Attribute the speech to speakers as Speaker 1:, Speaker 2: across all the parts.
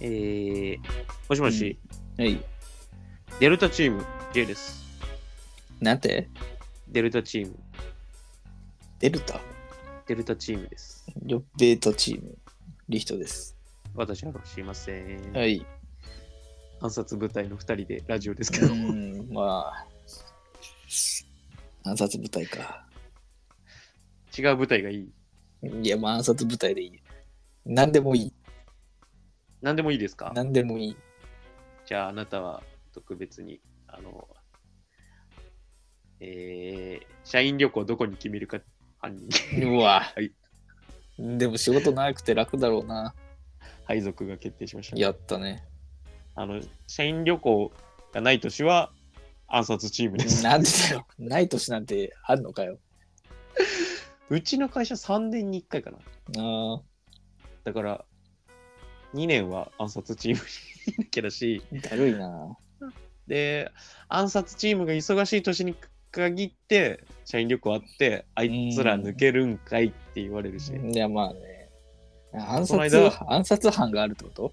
Speaker 1: えー、もしもし、
Speaker 2: はい。
Speaker 1: デルタチーム J です。
Speaker 2: なんて
Speaker 1: デルタチーム、
Speaker 2: デルタ
Speaker 1: デルタチームです。
Speaker 2: よっベータチーム。リヒトです。
Speaker 1: 私は知りません。
Speaker 2: はい。
Speaker 1: 暗殺部隊の2人でラジオですけ
Speaker 2: う
Speaker 1: ど、
Speaker 2: ん、まあ。暗殺部隊か。
Speaker 1: 違う部隊がいい。
Speaker 2: いや、まあ暗殺部隊でいい。何でもいい。
Speaker 1: 何でもいいですか
Speaker 2: 何でもいい。
Speaker 1: じゃああなたは特別に、あの、えー、社員旅行どこに決めるか、犯人、
Speaker 2: うわ。
Speaker 1: はい
Speaker 2: でも仕事なくて楽だろうな。
Speaker 1: 配属が決定しました。
Speaker 2: やった ね。
Speaker 1: あの、社員旅行がない年は暗殺チームです。
Speaker 2: なんでだよ。ない年なんてあんのかよ。
Speaker 1: うちの会社3年に1回かな。
Speaker 2: あ
Speaker 1: だから、2年は暗殺チームにいなきゃだし、
Speaker 2: あ、だるいな。
Speaker 1: で、暗殺チームが忙しい年に限って、社員旅行あって、あいつら抜けるんかいって言われるし、
Speaker 2: いや、まあね。暗
Speaker 1: この
Speaker 2: 殺
Speaker 1: 間
Speaker 2: 暗殺犯があるってこと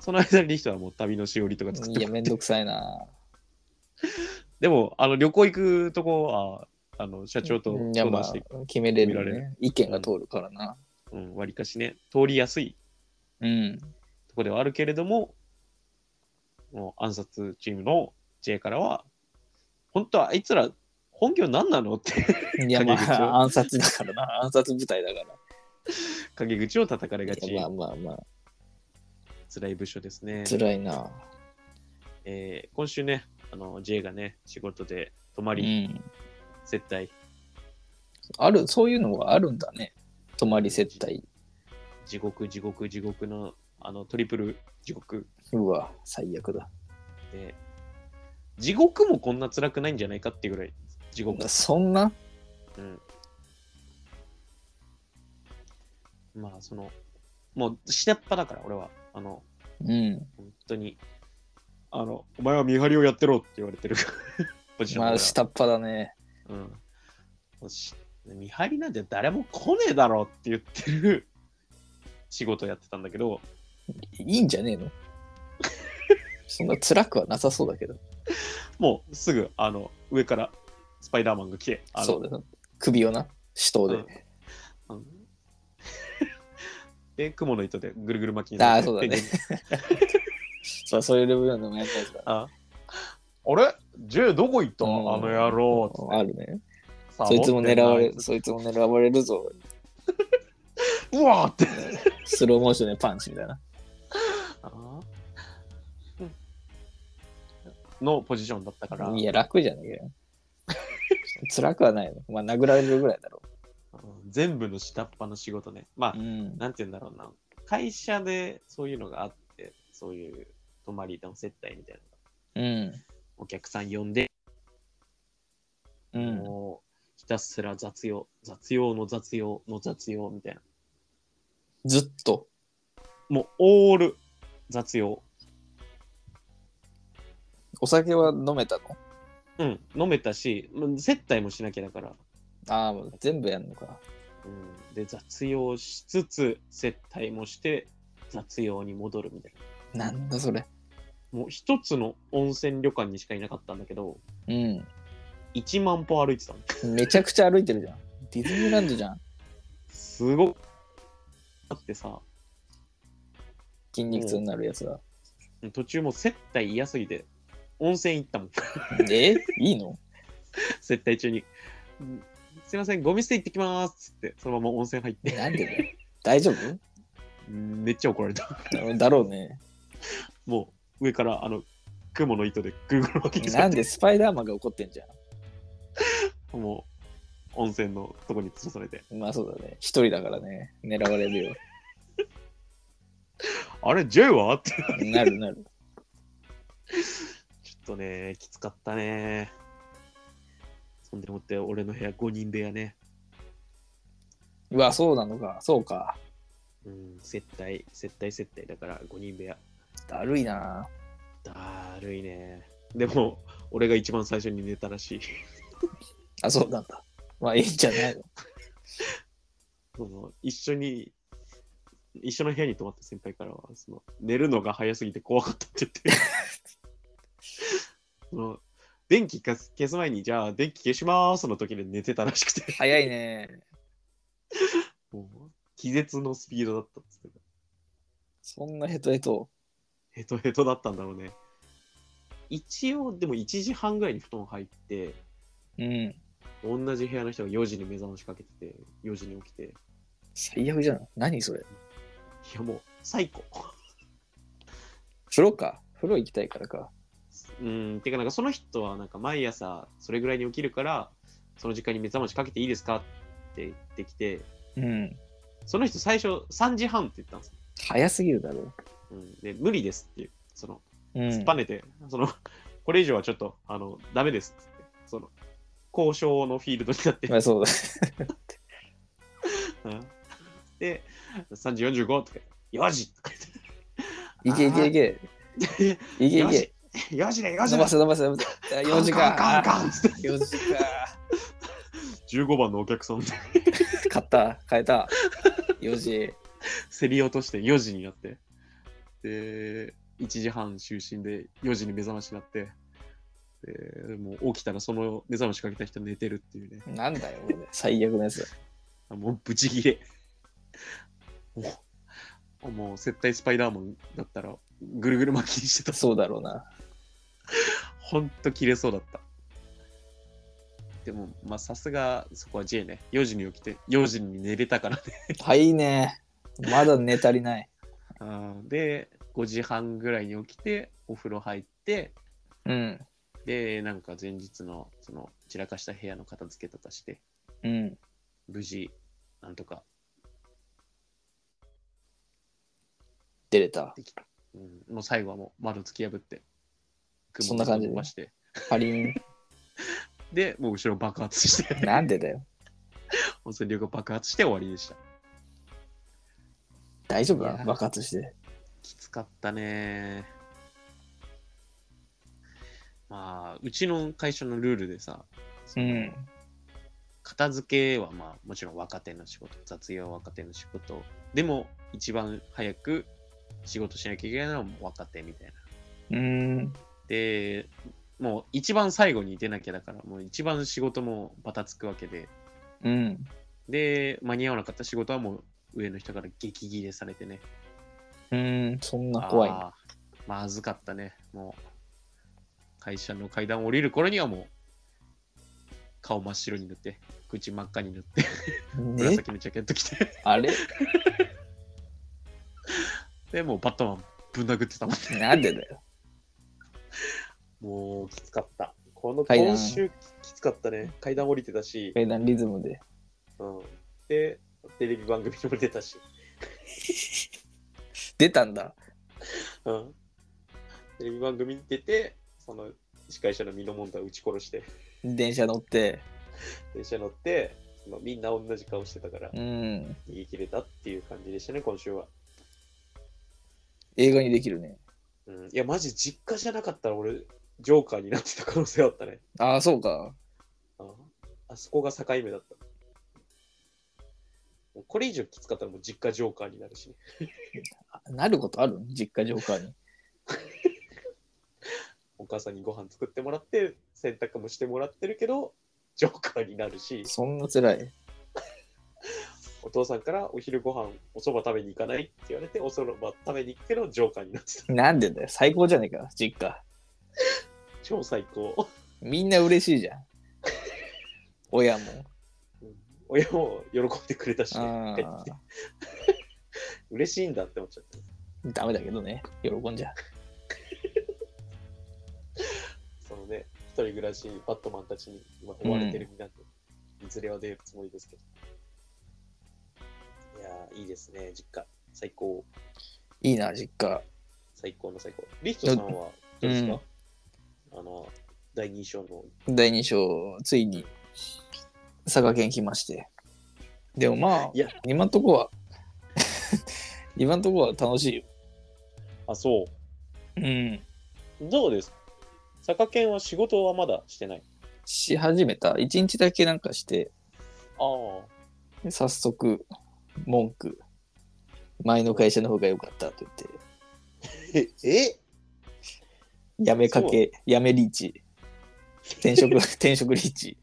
Speaker 1: その間にリヒトはもう旅のしおりとか作っ
Speaker 2: い
Speaker 1: て
Speaker 2: や、
Speaker 1: も
Speaker 2: めんどくさいな。
Speaker 1: でも、あの旅行行くとこは、あの社長と
Speaker 2: うんいや
Speaker 1: 相談
Speaker 2: まあ
Speaker 1: して、
Speaker 2: 決めれる
Speaker 1: 決められ
Speaker 2: ね意見が通るからな
Speaker 1: うん、割かしね、通りやすい
Speaker 2: うん
Speaker 1: とこではあるけれども、もう暗殺チームの J からは、本当はあいつら本業何なのって
Speaker 2: いやま
Speaker 1: 陰口を
Speaker 2: あ暗殺だからな暗 殺部隊だから
Speaker 1: 陰口を叩かれがち
Speaker 2: い。やまあまあまあ
Speaker 1: 辛い部署ですね。
Speaker 2: 辛いな
Speaker 1: えー今週ね、あの J がね、仕事で泊ま
Speaker 2: う
Speaker 1: り、
Speaker 2: ん
Speaker 1: 接待、
Speaker 2: あるそういうのがあるんだね泊まり接待
Speaker 1: 地獄、地獄、地獄の、あの、トリプル地獄
Speaker 2: うわ最悪だ
Speaker 1: で、地獄もこんな辛くないんじゃないかっていうぐらい、地獄。
Speaker 2: そんな
Speaker 1: うん。まあ、その、もう、下っ端だから、俺は。あの、
Speaker 2: うん
Speaker 1: 本当に、あの、お前は見張りをやってろって言われてる ポジションだから
Speaker 2: まあ下っ端だね
Speaker 1: うんもうし見張りなんて誰も来ねえだろって言ってる仕事やってたんだけど、
Speaker 2: いいんじゃねえの そんな辛くはなさそうだけど
Speaker 1: もうすぐあの上からスパイダーマンが来て、あの
Speaker 2: そうだな首をな死闘で
Speaker 1: うん で、雲の糸でぐるぐる巻きに
Speaker 2: あ
Speaker 1: な
Speaker 2: あそうだねそうそういうレベルのもやったやつだ
Speaker 1: ああれ ?J どこ行った、
Speaker 2: うん
Speaker 1: あの野郎つって
Speaker 2: あるね
Speaker 1: サボ
Speaker 2: そ
Speaker 1: っ
Speaker 2: い
Speaker 1: て
Speaker 2: つ
Speaker 1: ん
Speaker 2: も
Speaker 1: な
Speaker 2: 狙わ
Speaker 1: あ
Speaker 2: れる、
Speaker 1: いつ
Speaker 2: そいつも狙われるぞ。
Speaker 1: うわーって。
Speaker 2: スローモーションでパンチみたいな。
Speaker 1: あうんのポジションだったから。
Speaker 2: いや、楽じゃねえよ。 辛くはないの。まあ、殴られるぐらいだろ
Speaker 1: うん全部の下っ端の仕事ね。まあ
Speaker 2: う。、ん。
Speaker 1: なんて言うんだろうな。会社でそういうのがあって、そういう泊まりの接待みたいな。
Speaker 2: うん。
Speaker 1: お客さん呼んで、
Speaker 2: うん。
Speaker 1: もうひたすら雑用、雑用の雑用の雑用みたいな。
Speaker 2: ずっと。
Speaker 1: もうオール雑用。
Speaker 2: お酒は飲めたの
Speaker 1: うん、飲めたし、もう接待もしなきゃだから。
Speaker 2: ああ、もう全部やんのか。
Speaker 1: うん、で、雑用しつつ、接待もして、雑用に戻るみたいな。
Speaker 2: なんだそれ。
Speaker 1: もう一つの温泉旅館にしかいなかったんだけど、
Speaker 2: うん。
Speaker 1: 1万歩歩いてたの。
Speaker 2: めちゃくちゃ歩いてるじゃん。ディズニーランドじゃん。
Speaker 1: すごく。だってさ、
Speaker 2: 筋肉痛になるやつだ。
Speaker 1: 途中もう接待嫌すぎて、温泉行ったもん。
Speaker 2: えいいの
Speaker 1: 接待中に。うんすいません、ゴミ捨て行ってきますっつって、そのまま温泉入って、
Speaker 2: なんでだよ。大丈夫
Speaker 1: めっちゃ怒られた。
Speaker 2: だろうね。
Speaker 1: もう上から、あの、雲の糸でぐるぐる巻きにさ
Speaker 2: なん
Speaker 1: れ
Speaker 2: で
Speaker 1: て、
Speaker 2: スパイダーマンが怒ってんじゃ
Speaker 1: もう温泉のとこに吊るされて、
Speaker 2: ん。まあそうだね。一人だからね。狙われるよ。
Speaker 1: あれ、J はって。
Speaker 2: なるなる。
Speaker 1: ちょっとね、きつかったね。そんでもって、俺の部屋5人部屋ね。
Speaker 2: うわ、そうなのか。そうか。
Speaker 1: うん、接待、接待接待だから5人部屋。
Speaker 2: だるいな。
Speaker 1: だるいね。でも、俺が一番最初に寝たらしい。
Speaker 2: あ、そうなんだ。まあ、いいんじゃないの。
Speaker 1: その一緒に一緒の部屋に泊まった先輩からは、その寝るのが早すぎて怖かったって言って、その電気消す消す前に、じゃあ電気消しますの時で寝てたらしく て、
Speaker 2: 早いね。
Speaker 1: もう気絶のスピードだったんですけど、
Speaker 2: そんなヘトヘト。
Speaker 1: ヘトヘトだったんだろうね。一応、でも1時半ぐらいに布団入って、
Speaker 2: うん。
Speaker 1: 同じ部屋の人が4時に目覚ましかけてて、4時に起きて、い
Speaker 2: 最悪じゃん。何それ。
Speaker 1: やもう、最高。
Speaker 2: 風呂か。風呂行きたいからか。
Speaker 1: うん、てか、なんかその人は、なんか毎朝それぐらいに起きるから、その時間に目覚ましかけていいですかって言ってきて、
Speaker 2: うん。
Speaker 1: その人最初3時半って言ったんですよ。
Speaker 2: 早すぎるだろ。
Speaker 1: うん、で、無理ですっていう、その、
Speaker 2: う
Speaker 1: 突っぱねて、その、これ以上はちょっと、あの、ダメですっつって、その、交渉のフィールドになって、
Speaker 2: まあそうだ。
Speaker 1: うんで、3時45とか、4時とか
Speaker 2: いけいけいけ。
Speaker 1: 言って、
Speaker 2: いけい
Speaker 1: 4時
Speaker 2: け。、
Speaker 1: 4時だ、4時だ
Speaker 2: 伸ば、せ伸ばせ伸ばせ。あ4時
Speaker 1: カン
Speaker 2: 間。
Speaker 1: カンカンカンっつって、
Speaker 2: 4時間。
Speaker 1: 15番のお客さんで
Speaker 2: 買った。買えた。4時。
Speaker 1: 競り落として4時になって、で、1時半就寝で4時に目覚ましになって、でもう起きたらその目覚ましかけた人寝てるっていうね、
Speaker 2: なんだよ、これ最悪なやつだ。
Speaker 1: あもうブチギレ。もう、もう絶対スパイダーマンだったらぐるぐる巻きにしてた。
Speaker 2: そうだろうな。
Speaker 1: ほんと切れそうだった。でも、まあさすがそこは J ね、4時に起きて4時に寝れたからね。
Speaker 2: はいいね。まだ寝足りない。
Speaker 1: あーで、5時半ぐらいに起きて、お風呂入って、
Speaker 2: うん。
Speaker 1: で、なんか前日のその散らかした部屋の片付けとかして、
Speaker 2: うん。
Speaker 1: 無事、なんとか
Speaker 2: 出れた。
Speaker 1: できた。うん、もう最後はもう窓突き破って、
Speaker 2: そんな感じで
Speaker 1: 雲を飛ばして、
Speaker 2: パリン。
Speaker 1: で、もう後ろ爆発して、
Speaker 2: なんでだよ。
Speaker 1: 温泉旅行爆発して終わりでした。
Speaker 2: 大丈夫
Speaker 1: い
Speaker 2: だ
Speaker 1: や
Speaker 2: 爆発して。
Speaker 1: きつかったね。まあ、うちの会社のルールでさ、その。片付けはまあもちろん若手の仕事雑用は若手の仕事でも一番早く仕事しなきゃいけないのはもう若手みたいな
Speaker 2: うん。
Speaker 1: でもう一番最後に出なきゃだからもう一番仕事もバタつくわけで
Speaker 2: うん。
Speaker 1: で間に合わなかった仕事はもう上の人から激ギレされてね
Speaker 2: うん。そんな怖いな。
Speaker 1: あーまずかったねもう会社の階段を降りる頃にはもう顔真っ白に塗って口真っ赤に塗って
Speaker 2: ね
Speaker 1: 紫のジャケット着て
Speaker 2: あれ
Speaker 1: でもうバットマンぶん殴ってたもんね。
Speaker 2: なんでだよ。
Speaker 1: もうきつかった。この
Speaker 2: 階段
Speaker 1: 今週ききつかったね。階段降りてたし、
Speaker 2: 階段リズムで。
Speaker 1: うん、で、テレビ番組にも出たし、
Speaker 2: 出たんだ。
Speaker 1: うん、テレビ番組に出て、その司会者のミノモンタを撃ち殺して、
Speaker 2: 電車乗って。
Speaker 1: 電車乗って、そのみんな同じ顔してたから、
Speaker 2: うん。
Speaker 1: 逃げ切れたっていう感じでしたね、今週は。
Speaker 2: 映画にできるね。
Speaker 1: うん、いや、マジ実家じゃなかったら俺、ジョーカーになってた可能性あったね。
Speaker 2: ああ、そうか。
Speaker 1: ああそこが境目だった。もうこれ以上きつかったらもう実家ジョーカーになるしね。
Speaker 2: なることある実家ジョーカーに。
Speaker 1: お母さんにご飯作ってもらって、洗濯もしてもらってるけど、ジョーカーになるし、
Speaker 2: そんな辛い。
Speaker 1: お父さんからお昼ご飯おそば食べに行かないって言われて、おそば食べに行くけど、ジョーカーになってた。
Speaker 2: なんでだよ。最高じゃねえか、実家。
Speaker 1: 超最高。
Speaker 2: みんな嬉しいじ ゃん。親も。
Speaker 1: うん親も喜んでくれたし、
Speaker 2: あ
Speaker 1: ね、
Speaker 2: あ。
Speaker 1: 嬉しいんだって思っちゃった。
Speaker 2: ダメだけどね。喜んじゃ。
Speaker 1: そのね、一人暮らしバットマンたちに今追われてる身なんで、いずれは出るつもりですけど。いやー、いいですね、実家。最高、
Speaker 2: いいな、実家。
Speaker 1: 最高の最高。リヒトさんはどうですか、あの、第2章の。
Speaker 2: 第2章、ついに佐賀県来まして。でもまあ、
Speaker 1: いや
Speaker 2: 今んとこは、 今んとこは楽しいよ。
Speaker 1: あ、そ
Speaker 2: うん。
Speaker 1: う。どうですか佐賀県は仕事はまだしてない。
Speaker 2: し始めた。1日だけなんかして、
Speaker 1: ああ、
Speaker 2: で早速、文句前の会社の方が良かったと言って、
Speaker 1: ええ
Speaker 2: 辞めかけ、辞めリーチ。転職、転職リーチ。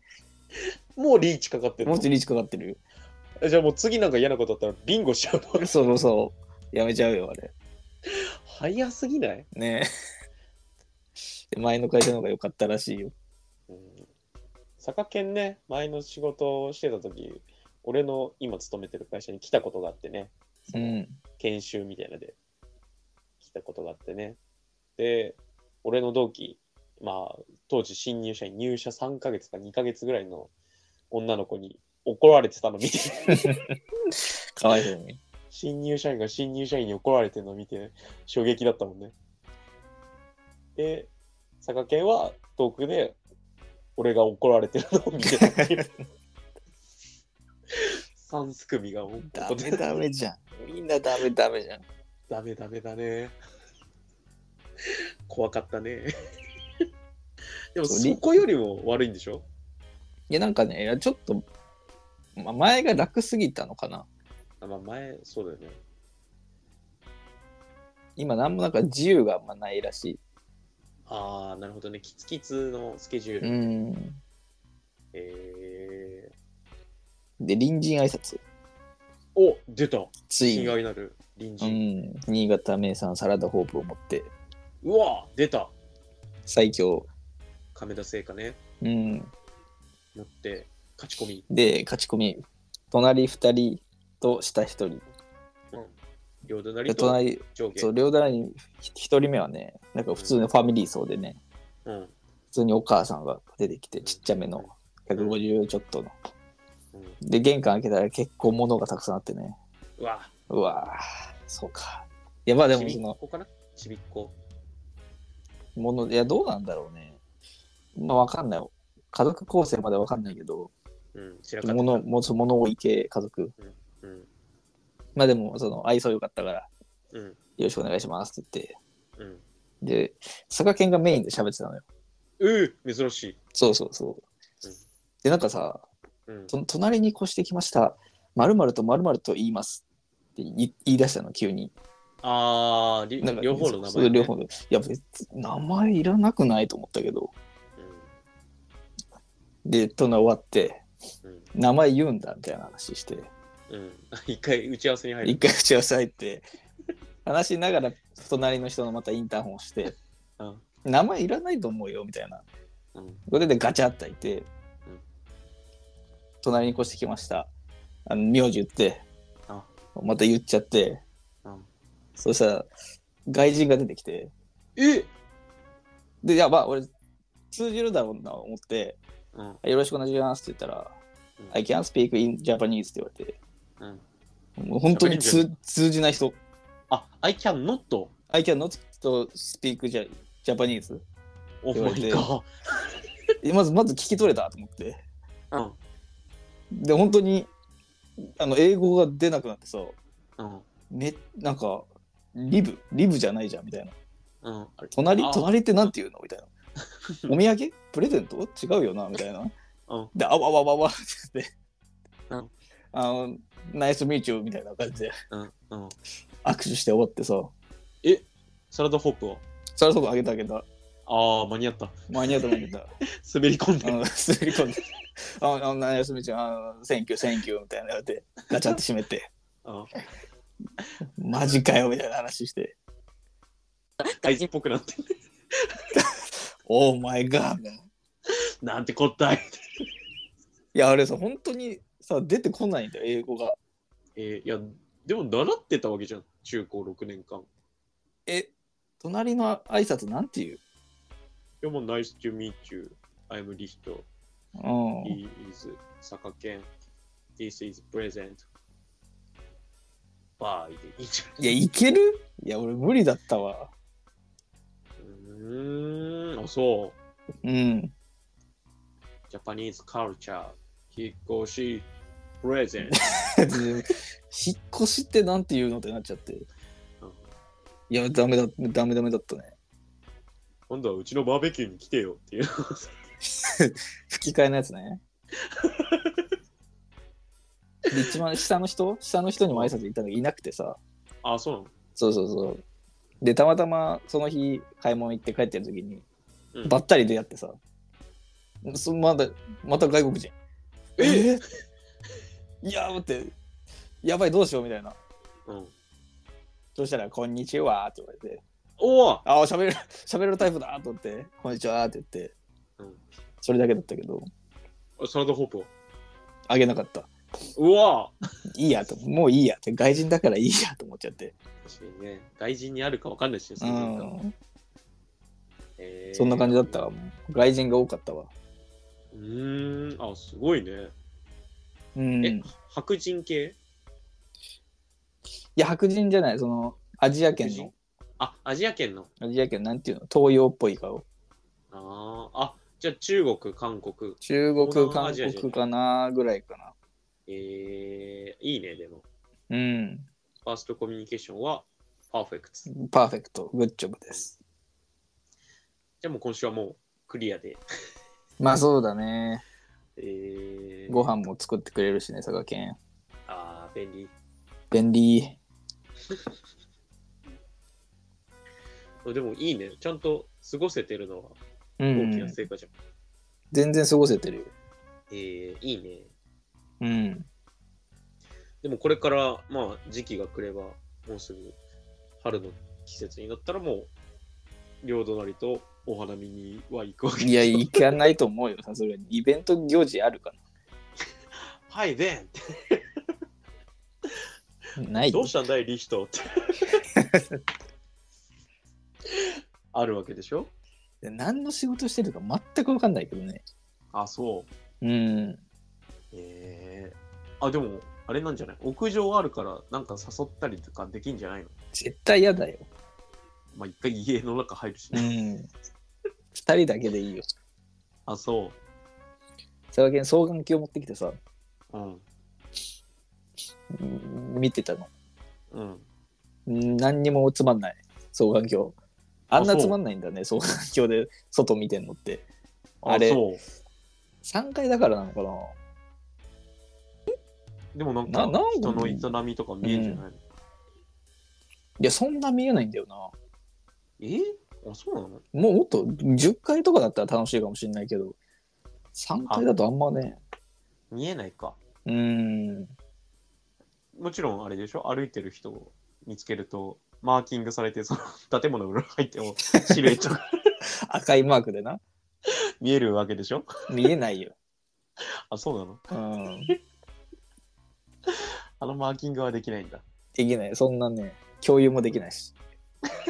Speaker 1: もうリーチかかってる
Speaker 2: もう
Speaker 1: の
Speaker 2: ちょいリーチかかってる
Speaker 1: えじゃあもう次なんか嫌なことあったらビンゴしちゃうの
Speaker 2: そうそうそう。辞めちゃうよ、あれ。
Speaker 1: 早すぎない、
Speaker 2: ねえ。で前の会社の方が良かったらしいよ。
Speaker 1: うん、坂県ね前の仕事をしてた時俺の今勤めてる会社に来たことがあってね、
Speaker 2: うん。
Speaker 1: 研修みたいなので来たことがあってねで俺の同期まあ当時新入社員入社3ヶ月か2ヶ月ぐらいの女の子に怒られてたの見て
Speaker 2: かわいそうに。
Speaker 1: 新入社員が新入社員に怒られてるの見て衝撃だったもんねで佐賀県は遠くで俺が怒られてるのを見てたっていう三すくみが本
Speaker 2: ダ
Speaker 1: 当
Speaker 2: メダメじゃん。みんなダメダメじゃん。
Speaker 1: ダメダメだね。怖かったね。でも
Speaker 2: そう
Speaker 1: そこよりも悪いんでしょ
Speaker 2: いや、なんかね、いやちょっと、ま、前が楽すぎたのかな。
Speaker 1: あまあ前、そうだよね。
Speaker 2: 今、なんもなんか自由があんまないらし
Speaker 1: ああ、なるほどね。キツキツのスケジュー
Speaker 2: い。
Speaker 1: ル。
Speaker 2: ん。
Speaker 1: えー、
Speaker 2: で、隣人挨拶。
Speaker 1: お出た
Speaker 2: つい
Speaker 1: 気
Speaker 2: に、
Speaker 1: 概なる隣
Speaker 2: う
Speaker 1: 人。
Speaker 2: ん、新潟名産サラダホープを持って、
Speaker 1: うわ出た
Speaker 2: 最強。
Speaker 1: 亀田製菓ね。
Speaker 2: うん。
Speaker 1: 持って、勝ち込み。
Speaker 2: で、勝ち込み、隣2人と下1人。
Speaker 1: うん。両
Speaker 2: で
Speaker 1: 隣と
Speaker 2: 隣、
Speaker 1: 上
Speaker 2: そう、
Speaker 1: 下。
Speaker 2: 両隣に1人目はね、なんか普通のファミリー層でね、
Speaker 1: うん。
Speaker 2: 普通にお母さんが出てきて、ちっちゃめの、150ちょっとの。
Speaker 1: うん、
Speaker 2: で、玄関開けたら結構物がたくさんあってね、
Speaker 1: うわ
Speaker 2: うわぁ、そうか。いや、まあで
Speaker 1: ち
Speaker 2: も
Speaker 1: び
Speaker 2: そ
Speaker 1: っ
Speaker 2: の、
Speaker 1: こかなちびっこ。
Speaker 2: 物、いや、どうなんだろうね。まあわかんない。家族構成までわかんないけど、
Speaker 1: うん。知らんかった。
Speaker 2: 物、もつ物置系家族。
Speaker 1: うん。
Speaker 2: まあでも、その、愛想良かったから、よ
Speaker 1: うん。
Speaker 2: ろしくお願いしますって
Speaker 1: うん。
Speaker 2: 言って。で、佐賀県がメインで喋ってたのよ。
Speaker 1: うー珍しい。
Speaker 2: そうそうそう
Speaker 1: うん。
Speaker 2: で、なんかさ、
Speaker 1: うん。
Speaker 2: と隣に越してきました。まるとまると言います。って言い言い出したの、急に。
Speaker 1: ああ、り
Speaker 2: なんか
Speaker 1: 両方の名
Speaker 2: そう
Speaker 1: 前、ね。
Speaker 2: 両方の。いや、別に名前いらなくないと思ったけど。で、トナ終わって、
Speaker 1: うん。
Speaker 2: 名前言うんだみたいな話して、
Speaker 1: うん。うん。一回打ち合わせに入る。
Speaker 2: 一回打ち合わせ入って、話しながら隣の人のまたインターホンして、
Speaker 1: うん。
Speaker 2: 名前いらないと思うよみたいな。
Speaker 1: うん。
Speaker 2: それでガチャって開いて、隣に越してきました。あの名字言って
Speaker 1: あ、
Speaker 2: また言っちゃって、
Speaker 1: うん
Speaker 2: そしたら外人が出てきて、
Speaker 1: え
Speaker 2: で、いや、まあ俺、通じるだろうな思って、
Speaker 1: うん。
Speaker 2: よろしくお願いしますって言ったら、I can speak in Japanese って言わ
Speaker 1: うん。
Speaker 2: れて、もう本当に
Speaker 1: 喋れ
Speaker 2: 通通じない人、
Speaker 1: あ、I can not.
Speaker 2: I can not speak Ja- Japanese。
Speaker 1: お
Speaker 2: 言われ
Speaker 1: 前
Speaker 2: て
Speaker 1: か。
Speaker 2: えまず、まず聞き取れたと思って。
Speaker 1: うん。
Speaker 2: で、本当に、あの、英語が出なくなってさ、
Speaker 1: うん。
Speaker 2: めなんかリブリブじゃないじゃんみたいな
Speaker 1: うん。
Speaker 2: あれ隣
Speaker 1: あ
Speaker 2: 隣ってなんて言うのみたいなお土産プレゼント違うよなみたいな
Speaker 1: うん
Speaker 2: であわわわわって
Speaker 1: う
Speaker 2: 言っ
Speaker 1: ん
Speaker 2: てあのナイスミーチューみたいな感じで
Speaker 1: うん。うん。
Speaker 2: 握手して終わってさ
Speaker 1: サラダホップを。
Speaker 2: それそこあげたあげた
Speaker 1: ああ、間に合った。
Speaker 2: 間に合った間に合っ
Speaker 1: 滑り込ん
Speaker 2: たあ
Speaker 1: で。
Speaker 2: の 滑り込んで「ああのナイスミーチューあのセンキューセンキュー」みたいなのでガチャって閉めて
Speaker 1: うん。
Speaker 2: 「マジかよ」みたいな話して
Speaker 1: 外人っぽくなって。
Speaker 2: 「オーマイガー」みたいな。
Speaker 1: なんてこったい。
Speaker 2: いやあれさ本当にさ出てこないんだよ英語が。
Speaker 1: えー、いや、でも習ってたわけじゃん。中高6年間。い
Speaker 2: え隣の挨拶なんていう
Speaker 1: や、もう Nice to meet you. I'm リヒト。
Speaker 2: うん。
Speaker 1: He is 坂健。This is present. Bye. でいいじゃん
Speaker 2: いや、いけるいや、俺無理だったわ。
Speaker 1: うーん、あ、そう。
Speaker 2: うん。
Speaker 1: Japanese culture. 引っ越し present.
Speaker 2: 引っ越しってなんていうのってなっちゃって。いや、ダメだ、ダメダメだったね。
Speaker 1: 今度はうちのバーベキューに来てよっていう。
Speaker 2: 吹き替えのやつね。で一番下の人下の人にも挨拶行ったのがいなくてさ、
Speaker 1: あ、そうなの
Speaker 2: そうそうそう。で、たまたまその日、買い物行って帰ってる時に、
Speaker 1: うん
Speaker 2: ばったり出会ってさ、そまだ、また外国人。
Speaker 1: え
Speaker 2: いやー、待って、やばい、どうしようみたいな。
Speaker 1: うん。
Speaker 2: そしたら、こんにちはって言われて、
Speaker 1: おお
Speaker 2: ああ、喋る、喋るタイプだと思って、こんにちはって言って、
Speaker 1: うん
Speaker 2: それだけだったけど、
Speaker 1: サラダホープを。
Speaker 2: あげなかった。
Speaker 1: うわ
Speaker 2: いいやと、もういいやって、外人だからいいやと思っちゃって。
Speaker 1: 確かにね、外人にあるかわかんないしね、
Speaker 2: う
Speaker 1: その文化
Speaker 2: ん、
Speaker 1: へー
Speaker 2: そんな感じだったわ。もう外人が多かったわ。
Speaker 1: うーん、あ、すごいね。
Speaker 2: うん。
Speaker 1: え
Speaker 2: い
Speaker 1: 白人系
Speaker 2: や、白人じゃない、その、アジア圏
Speaker 1: 白
Speaker 2: の
Speaker 1: 人、あ、アジア圏の。
Speaker 2: アジア圏、なんていうの、東洋っぽい顔。
Speaker 1: あーあ、じゃあ中国、韓国。
Speaker 2: 中
Speaker 1: 東
Speaker 2: 国、
Speaker 1: 南ア
Speaker 2: 韓
Speaker 1: ジアじゃない
Speaker 2: 国かなぐらいかな。
Speaker 1: えー、いいね、でも。
Speaker 2: うん。
Speaker 1: ファーストコミュニケーションはパーフェクト。じ
Speaker 2: パーフェクト、グッジョブです。
Speaker 1: ゃあもう今週はもうクリアで。
Speaker 2: まあそうだね。
Speaker 1: えー、
Speaker 2: ご飯も作ってくれるしね、佐賀県。
Speaker 1: ああ、便利。
Speaker 2: 便利。
Speaker 1: でもいいね。ちゃんと過ごせてるのは
Speaker 2: う。
Speaker 1: 大きなん成果じゃん。
Speaker 2: 全然過ごせてるよ。
Speaker 1: えー、いいね。
Speaker 2: うん。
Speaker 1: でもこれから、まあ、時期が来れば、もうすぐ春の季節になったらもう、両隣とお花見には行くわけ
Speaker 2: いや、行かないと思うよ、さすがに。イベント行事あるか
Speaker 1: はい、で
Speaker 2: なない
Speaker 1: どうしたんだい、リヒ トって。あるわけでしょ
Speaker 2: 何の仕事してるか全く分かんないけどね。
Speaker 1: あ、そう。
Speaker 2: うん。
Speaker 1: えー、あ、でも、あれなんじゃない屋上あるから、なんか誘ったりとかできんじゃないの
Speaker 2: 絶対嫌だよ。
Speaker 1: まあ、一回家の中入るしね。
Speaker 2: ん。二人だけでいいよ。
Speaker 1: あ、そ
Speaker 2: 佐賀県双眼鏡持ってきてさ、
Speaker 1: う。うん。
Speaker 2: うん見てたの。
Speaker 1: うん。
Speaker 2: うん何にもつまんない。双眼鏡。あんな
Speaker 1: あそう
Speaker 2: つまんないんだね、双眼鏡で外見てんのって。
Speaker 1: あ
Speaker 2: あれ
Speaker 1: そ
Speaker 2: 3階だからなのかな
Speaker 1: う。でもなんか
Speaker 2: ななん、
Speaker 1: 人の営みとか見えんじゃないの、
Speaker 2: いや、そんな見えないんだよな。
Speaker 1: えーあ、そうなの
Speaker 2: もうもっと10階とかだったら楽しいかもしれないけど、3階だとあんまね。
Speaker 1: 見えないか。
Speaker 2: うん。
Speaker 1: もちろんあれでしょ歩いてる人を見つけると、マーキングされて、その 建物の裏入っても、シルエット が
Speaker 2: 赤いマークでな。
Speaker 1: 見えるわけでしょ
Speaker 2: 見えないよ。
Speaker 1: あ、そうなの
Speaker 2: うん。
Speaker 1: あのマーキングはできないんだ。
Speaker 2: できない。そんなね、共有もできないし。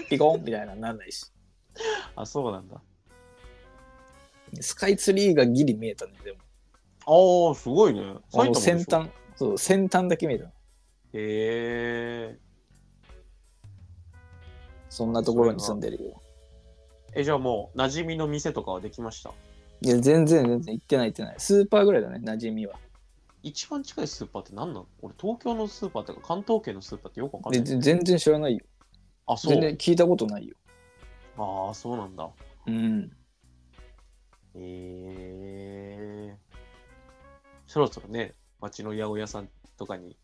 Speaker 2: ピコンみたいなのなんないし。
Speaker 1: あ、そうなんだ。
Speaker 2: スカイツリーがギリ見えたね、でも。
Speaker 1: あー、すごいね。
Speaker 2: あ
Speaker 1: 埼玉
Speaker 2: の
Speaker 1: でしょ
Speaker 2: 先端、そう、先端だけ見えた。
Speaker 1: へえ。
Speaker 2: そんなところに住んでるよ。
Speaker 1: え、じゃあもう、馴染みの店とかはできました。
Speaker 2: いや、全然全然行ってない行ってない。スーパーぐらいだね、馴染みは。
Speaker 1: 一番近いスーパーって何なの俺、東京のスーパーってか、関東圏のスーパーってよくわかん
Speaker 2: で
Speaker 1: ない。
Speaker 2: ぜ全然知らないよ。
Speaker 1: あ、そ
Speaker 2: 全
Speaker 1: う。
Speaker 2: 然聞いたことないよ。
Speaker 1: ああ、そうなんだ。
Speaker 2: うん。
Speaker 1: へえ。そろそろね、町の八百屋さんとかに、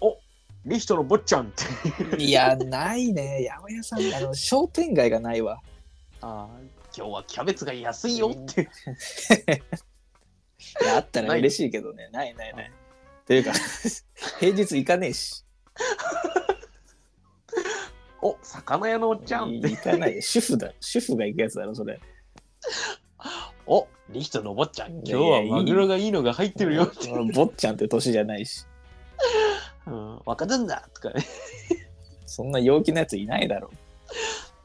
Speaker 1: おリヒトの坊ちゃんって。
Speaker 2: いや、ないね。八百屋さん、あの商店街がないわ。
Speaker 1: ああ、今日はキャベツが安いよって。
Speaker 2: いやあったら
Speaker 1: ない
Speaker 2: 嬉しいけどね。ないないない。というか、 平日行かねえし。
Speaker 1: お魚屋のおっちゃんって。
Speaker 2: 行かないよ。主婦だ。主婦が行くやつだろ、それ。
Speaker 1: おリヒトの坊ちゃん、今日はマグロがいいのが入ってるよって。
Speaker 2: 坊っちゃんって年じゃないし。
Speaker 1: うん、若旦那とかね。
Speaker 2: そんな陽気なやついないだろ。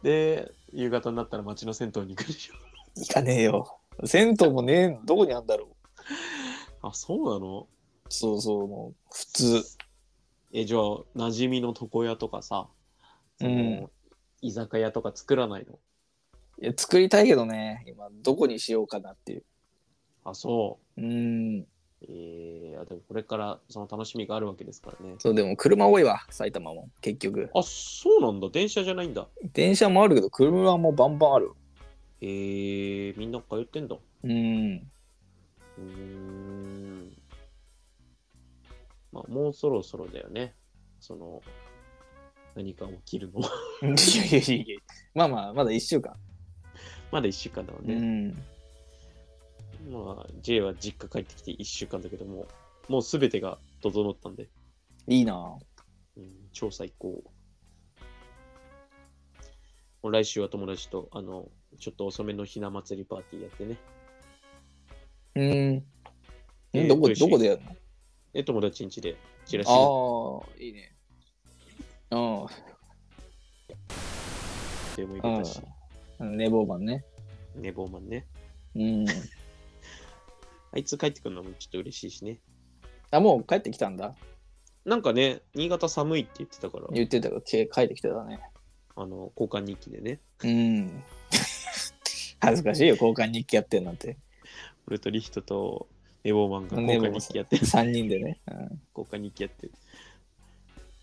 Speaker 1: で、夕方になったら町の銭湯に行くでしょ。
Speaker 2: 行かねえよ。銭湯もねえの。どこにあんだろう。
Speaker 1: あ、そうなの
Speaker 2: そうそう、もう、普通。
Speaker 1: え、じゃあ、馴染みの床屋とかさ、その
Speaker 2: うん
Speaker 1: 居酒屋とか作らないの
Speaker 2: いや、作りたいけどね。今、どこにしようかなっていう。
Speaker 1: あ、そう。
Speaker 2: うん。
Speaker 1: えー、あでもこれからその楽しみがあるわけですからね。
Speaker 2: そう、でも車多いわ、埼玉も。結局。
Speaker 1: あそうなんだ、電車じゃないんだ。
Speaker 2: 電車もあるけど、車もバンバンある。
Speaker 1: えー、みんな通ってんだ。
Speaker 2: うん。
Speaker 1: うーん。まあ、もうそろそろだよね。その、何か起きるの
Speaker 2: いやいやいやいやまあまあまだ1週間、
Speaker 1: まだ1週間なの
Speaker 2: う
Speaker 1: で、
Speaker 2: ん
Speaker 1: まあ J は実家帰ってきて1週間だけどももう全てが整ったんで、
Speaker 2: いいな
Speaker 1: うん、超最高もう来週は友達とあのちょっと遅めのひな祭りパーティーやってね
Speaker 2: うん
Speaker 1: えー
Speaker 2: どこ
Speaker 1: 嬉しい
Speaker 2: どこでやる
Speaker 1: で友達ん家でチラシを
Speaker 2: のああいいねうん
Speaker 1: でもいけたし
Speaker 2: うん寝坊版ね
Speaker 1: 寝坊マンね
Speaker 2: うん
Speaker 1: あいつ帰ってくるのもちょっと嬉しいしね
Speaker 2: あもう帰ってきたんだ
Speaker 1: なんかね新潟寒いって言ってたから
Speaker 2: 言ってたから帰ってきてたね
Speaker 1: あの交換日記でね
Speaker 2: うん。恥ずかしいよ、交換日記やってんなんて。
Speaker 1: 俺とリヒトとネボーマンが
Speaker 2: ネ
Speaker 1: 交
Speaker 2: ボー
Speaker 1: 換
Speaker 2: マン
Speaker 1: 日記やって る。
Speaker 2: 3人でね。うん
Speaker 1: 交換日記やってる。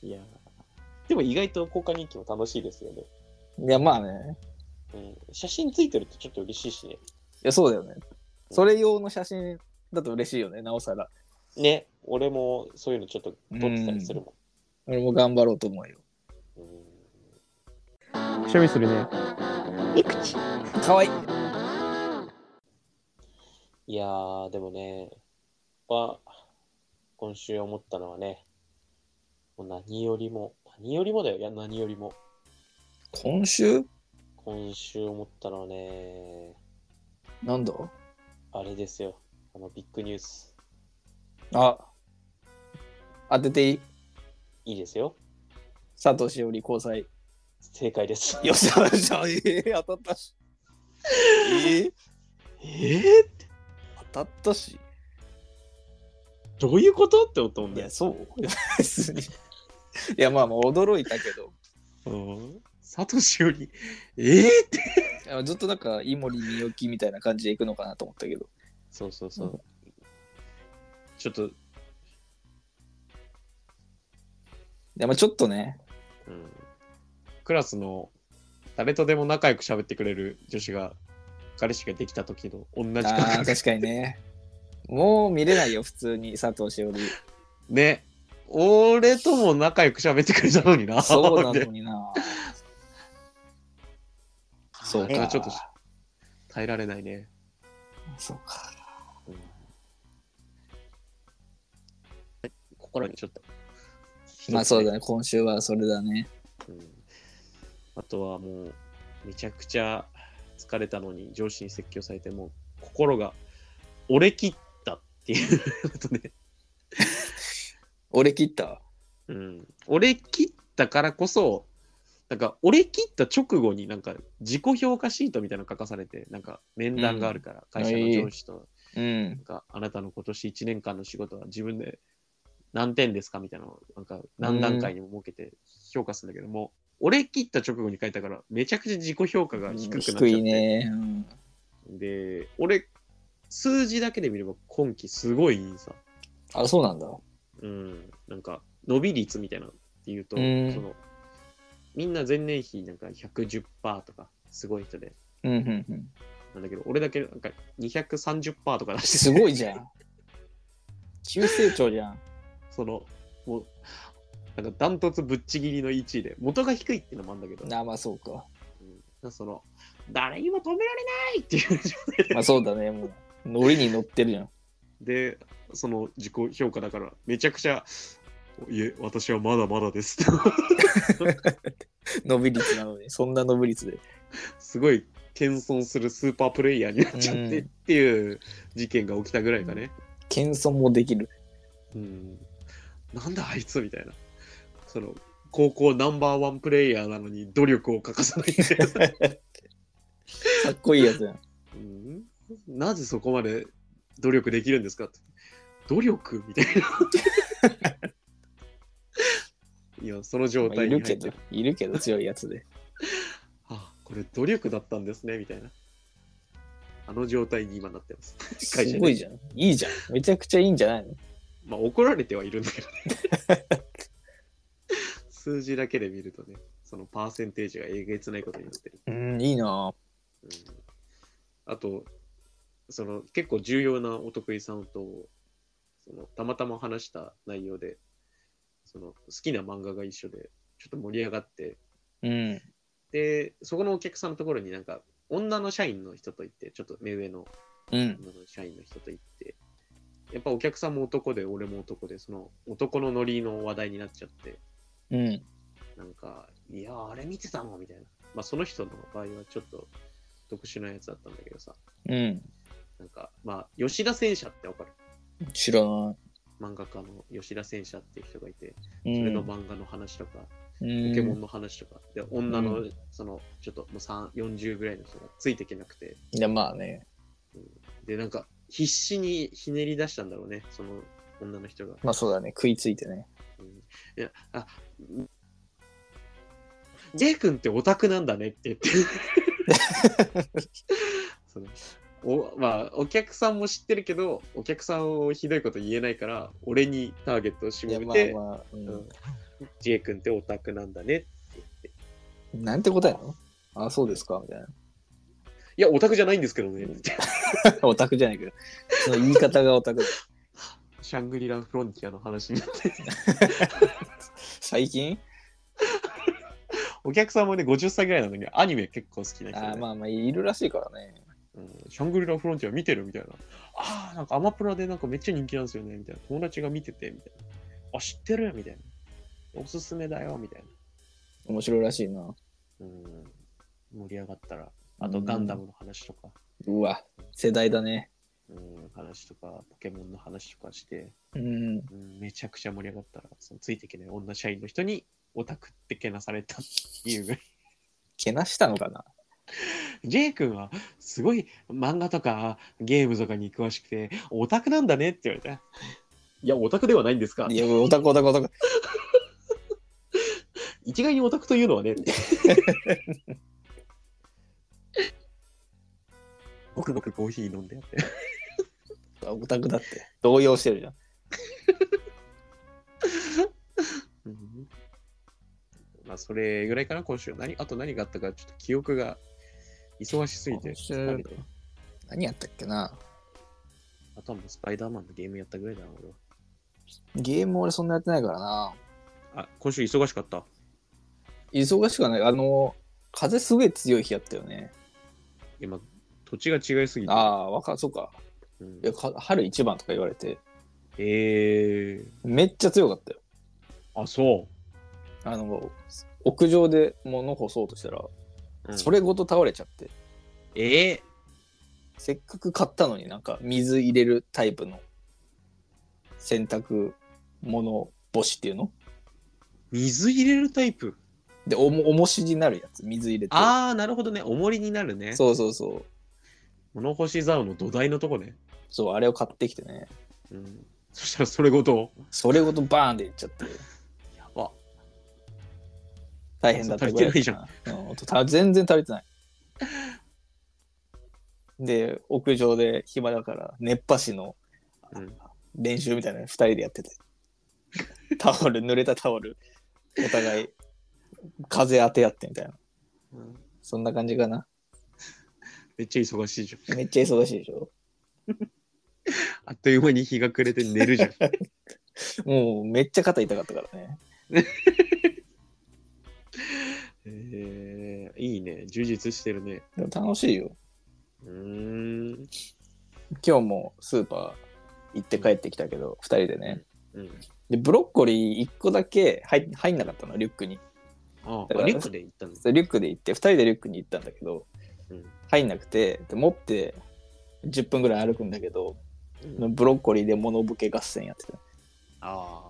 Speaker 1: いやーでも意外と交換日記も楽しいですよね。
Speaker 2: いや、まあね。
Speaker 1: うん、写真ついてるとちょっと嬉しいしね。
Speaker 2: いや、そうだよね。それ用の写真だと嬉しいよね、なおさら。
Speaker 1: ね、俺もそういうのちょっと撮ってたりするも
Speaker 2: 俺も頑張ろうと思うよ。
Speaker 1: ん。うんくしゃみするね。いくち。
Speaker 2: かわいい。
Speaker 1: いやー、でもね、は、今週思ったのはね、もう何よりも、何よりもだよ、いや、何よりも。
Speaker 2: 今週
Speaker 1: 今週思ったのはね、
Speaker 2: なんだ
Speaker 1: あれですよ、あのビッグニュース、
Speaker 2: あ当てていい
Speaker 1: いいですよ、
Speaker 2: 佐藤しおり交際。
Speaker 1: 正解です。
Speaker 2: よっしゃ、よっしゃ、えー、当たったし。 えー、
Speaker 1: えー、
Speaker 2: 当たったし。
Speaker 1: どういうことって思ったもん
Speaker 2: い
Speaker 1: ね
Speaker 2: や、。そう。別に。い や、まあ、まあ驚いたけど。
Speaker 1: うんサトシより、えー、って。
Speaker 2: いやずっとなんか井森美幸みたいな感じで行くのかなと思ったけど
Speaker 1: そうそうそうう。ちょっと、
Speaker 2: いやまあちょっとね
Speaker 1: うん、クラスの誰とでも仲良く喋ってくれる女子が、彼氏ができた時の同じ感
Speaker 2: あー
Speaker 1: 覚
Speaker 2: 確かにねもう見れないよ普通に佐藤しおり
Speaker 1: ね。俺とも仲良く喋ってくれたのにな。
Speaker 2: そうなの
Speaker 1: で
Speaker 2: になそう
Speaker 1: あれ
Speaker 2: か
Speaker 1: はちょっと耐えられないね。
Speaker 2: そうか
Speaker 1: 心にちょっと。
Speaker 2: まあそうだね今週はそれだね
Speaker 1: うんあとはもう、めちゃくちゃ疲れたのに上司に説教されて、もう心が折れ切ったっていうことね。
Speaker 2: 俺切ったわ
Speaker 1: うん、折れ切ったからこそ、なんか折れ切った直後になんか自己評価シートみたいなの書かされて、なんか面談があるから、会社の上司と、
Speaker 2: うん
Speaker 1: なんかあなたの今年1年間の仕事は自分で何点ですかみたいなのをなんか何段階にも設けて評価するんだけども、俺切った直後に書いたからめちゃくちゃ自己評価が低くなっちゃって、
Speaker 2: 低いね、うん
Speaker 1: で俺数字だけで見れば今期すごいいいさ、
Speaker 2: あそうなんだ
Speaker 1: うん、なんか伸び率みたいなのっていうと、
Speaker 2: うん
Speaker 1: そのみんな前年比なんか110%とかすごい人で
Speaker 2: うんうんうん
Speaker 1: なんだけど俺だけなんか230%とか出してて
Speaker 2: すごいじゃん 急成長じゃん
Speaker 1: そのもうなんかダントツぶっちぎりの1位で元が低いっていうのもあるんだけど、
Speaker 2: あまあそうか
Speaker 1: うん、その誰にも止められないっていう 状態で
Speaker 2: まあそうだねもうノリに乗ってるじゃん
Speaker 1: でその自己評価だからめちゃくちゃ「いえ私はまだまだです」
Speaker 2: 伸び率なのにそんな伸び率で、
Speaker 1: すごい謙遜するスーパープレイヤーになっちゃって
Speaker 2: う
Speaker 1: っ
Speaker 2: ん
Speaker 1: ていう事件が起きたぐらいだね、
Speaker 2: 謙遜もできる
Speaker 1: うん、なんだあいつみたいなその高校ナンバーワンプレイヤーなのに努力を欠かさないみたいな
Speaker 2: かっこいいやつやん
Speaker 1: うん なぜそこまで努力できるんですかって努力みたいな。いや、その状
Speaker 2: まあ
Speaker 1: 態
Speaker 2: い
Speaker 1: に入
Speaker 2: るけ
Speaker 1: ってる、
Speaker 2: どいるけど強いやつで。
Speaker 1: あこれ努力だったんですね、みたいな。あの状態に今なってます。社です
Speaker 2: ごいじゃん。いいじゃん。めちゃくちゃいいんじゃないの
Speaker 1: まあ、怒られてはいるんだけどね。 数字だけで見るとね、そのパーセンテージがえげつないことになってる。
Speaker 2: うん、いいな
Speaker 1: うんあと、その結構重要なお得意さんと、そのたまたま話した内容で、その好きな漫画が一緒で、ちょっと盛り上がって、
Speaker 2: うん。
Speaker 1: で、そこのお客さんのところになんか、女の社員の人と行って、ちょっと目上の
Speaker 2: うん。
Speaker 1: 女の社員の人と行って、やっぱお客さんも男で、俺も男で、その男のノリの話題になっちゃって、
Speaker 2: うん。
Speaker 1: なんか、いやー、あれ見てたのみたいな。まあ、その人の場合はちょっと特殊なやつだったんだけどさ、
Speaker 2: うん。
Speaker 1: なんか、まあ、吉田戦車ってわかる
Speaker 2: 知らな
Speaker 1: 漫画家の吉田戦車っていう人がいて、
Speaker 2: い。
Speaker 1: それ
Speaker 2: う
Speaker 1: の
Speaker 2: ん。
Speaker 1: 漫画の話とか、
Speaker 2: ポ
Speaker 1: ポケモン
Speaker 2: い
Speaker 1: の話とか、で、女の
Speaker 2: う、
Speaker 1: その、ちょっともう3 40ぐらいの人がついていけなくて、
Speaker 2: や、まあね。
Speaker 1: で、なんか、必死にひねり出したんだろうね、その女の人が。
Speaker 2: まあそうだね。食いついてね。
Speaker 1: うんいや、あ、うんジェイ君ってオタクなんだねって言 って。そのおまあ、お客さんも知ってるけど、お客さんをひどいこと言えないから、俺にターゲットを
Speaker 2: いや、
Speaker 1: 絞め
Speaker 2: ま
Speaker 1: て、
Speaker 2: あまあ。うん
Speaker 1: うんジェイ君ってオタクなんだねって言って。
Speaker 2: なんて答えなのあ、そうですかみたいな。
Speaker 1: いや、オタクじゃないんですけどねって。
Speaker 2: オタクじゃないけど。 その言い方がオタク。
Speaker 1: シャングリラ・フロンティアの話になって。
Speaker 2: 最近
Speaker 1: お客さんもね、50歳ぐらいなのに、アニメ結構好きな人で、
Speaker 2: あまあまあ、いるらしいからね。
Speaker 1: うんシャングリラ・フロンティア見てるみたいな。ああ、なんかアマプラでなんかめっちゃ人気なんですよね、みたいな。友達が見てて、みたいな。あ、知ってるみたいな。おすすめだよ、みたい
Speaker 2: 面白いらしいな。
Speaker 1: な。うん。盛り上がったら。あと、ガンダムの話とか、
Speaker 2: うわ、世代だね。
Speaker 1: うん、話とか、ポケモンの話とかして、
Speaker 2: うん。
Speaker 1: うん、めちゃくちゃ盛り上がったら、そのついていけない女社員の人に、オタクってけなされたっていうぐら い。
Speaker 2: けなしたのかな
Speaker 1: J 君は、すごい漫画とかゲームとかに詳しくて、オタクなんだねって言われた。いや、オタクではないんですか
Speaker 2: いや、オタクオタクオタク。
Speaker 1: 一概にオタクというのは ね。ごくごくコーヒー飲んでやって。
Speaker 2: オタクだって。動揺してるじゃん。
Speaker 1: まあ、それぐらいかな、今週。何あと何があったか、ちょっと記憶が忙しすぎて
Speaker 2: 今週。
Speaker 1: 疲れて
Speaker 2: 何やったっけな
Speaker 1: あとはもうスパイダーマンのゲームやったぐらいだな、俺は。
Speaker 2: ゲーム俺そんなやってないからな。
Speaker 1: あ、今週忙しかった。
Speaker 2: 忙しくはない。あの、風すごい強い日やったよね。
Speaker 1: 今、土地が違いすぎて。
Speaker 2: ああ、わかそうか。
Speaker 1: うん
Speaker 2: いやか春一番とか言われて、
Speaker 1: えー、
Speaker 2: めっちゃ強かったよ。
Speaker 1: あ、そ
Speaker 2: あの、屋上で物干そうとしたら、
Speaker 1: う。うん
Speaker 2: それごと倒れちゃって、
Speaker 1: え
Speaker 2: せっかく買ったのになんか水入れるタイプの洗濯物干しっていうの
Speaker 1: ー、水入れるタイプ
Speaker 2: で、おも、重しになるやつ、水入れて。
Speaker 1: あー、なるほどね。重りになるね。
Speaker 2: そうそうそう。
Speaker 1: 物干し竿の土台のとこね。
Speaker 2: そう、あれを買ってきてね。
Speaker 1: うん。そしたらそれごと。
Speaker 2: それごとバーンっていっちゃって、
Speaker 1: やば。
Speaker 2: 大変だったぐらいかな。うんた全然足りてない。で、屋上で暇だから、熱波師の
Speaker 1: うん。
Speaker 2: 練習みたいなの2人でやってて。タオル、濡れたタオル、お互い、風当て合ってみたいな。そんな感じかな。
Speaker 1: めっちゃ忙しいじゃん。
Speaker 2: めっちゃ忙しいでしょ。
Speaker 1: あっという間に日が暮れて寝る じゃん。
Speaker 2: もうめっちゃ肩痛かったからね。
Speaker 1: えー、いいね。充実してるね。
Speaker 2: でも楽しいよ。
Speaker 1: うーん。
Speaker 2: 今日もスーパー行って帰ってきたけど、2人でね。
Speaker 1: うん。
Speaker 2: で、ブロッコリー1個だけ入入んなかったの、リュックに。
Speaker 1: あ
Speaker 2: だから
Speaker 1: あ、リュックで行ったんです。
Speaker 2: そうリュックで行って、2人でリュックに行ったんだけど、
Speaker 1: うん
Speaker 2: 入んなくて、で持って10分ぐらい歩くんだけど、
Speaker 1: うん
Speaker 2: ブロッコリーで物ボケ合戦やってた。
Speaker 1: ああ。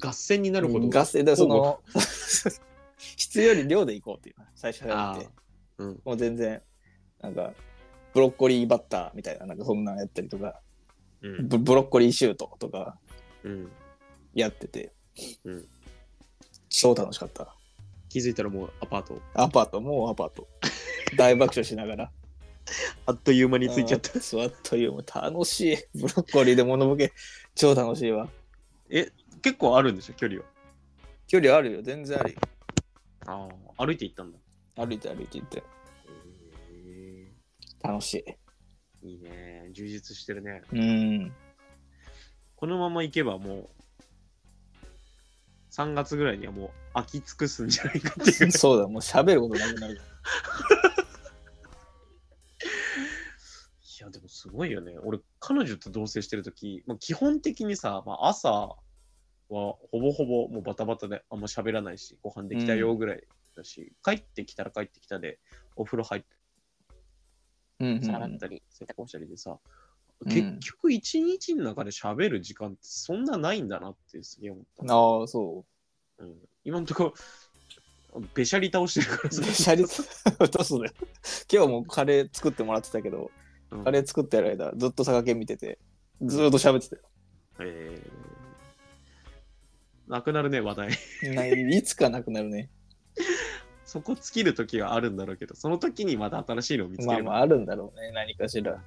Speaker 1: 合戦になるほど。
Speaker 2: 合戦でその 質より量で行こうっていう最初やっ
Speaker 1: あ
Speaker 2: て
Speaker 1: あ。うん。
Speaker 2: もう全然なんかブロッコリーバッターみたいななんかそんなんやったりとか
Speaker 1: うん。
Speaker 2: ブブロッコリーシュートとか
Speaker 1: うん。
Speaker 2: やってて、
Speaker 1: うん
Speaker 2: 超楽しかった
Speaker 1: 気づいたらもうアパート。
Speaker 2: アパートもうアパート大爆笑しながら
Speaker 1: あっという間についちゃった。
Speaker 2: たそうあっという間楽しい ブロッコリーで物ボケ超楽しいわ
Speaker 1: え、結構あるんでしょ、距離は。
Speaker 2: 距離あるよ全然あるよ
Speaker 1: ああ、歩いて行ったんだ。
Speaker 2: 歩いて歩いて行って
Speaker 1: え
Speaker 2: 楽しい
Speaker 1: ー、いいね。充実してるね。
Speaker 2: うん
Speaker 1: このまま行けばもう、 3月ぐらいにはもう飽き尽くすんじゃないかって いう
Speaker 2: そうだ、もう喋ることなくなる。
Speaker 1: いや、でもすごいよね。俺、彼女と同棲してるとき、まあ、基本的にさ、まあ、朝はほぼほぼもうバタバタであんま喋らないし、ご飯できたよぐらいだし、帰ってきたら帰ってきたで、お風呂入って、
Speaker 2: うんうん
Speaker 1: 皿洗ったり、洗濯をしたりでさ、
Speaker 2: うん
Speaker 1: 結局一日の中で喋る時間ってそんなないんだなってすげえ思った。
Speaker 2: ああ、そ う。
Speaker 1: うん、今のところ、べしゃり倒してるからさ。
Speaker 2: シャリ、 そうだよ。今日もカレー作ってもらってたけど、
Speaker 1: うん
Speaker 2: カレー作ってる間、ずっと佐賀県見てて、ずーっと喋ってたよ。
Speaker 1: えーなくなるね、話題。
Speaker 2: ないいつかなくなるね。
Speaker 1: そこ尽きる時があるんだろうけど、その時にまた新しいのを見つけ
Speaker 2: まあ
Speaker 1: れば。
Speaker 2: まああるんだろうね、何かしら。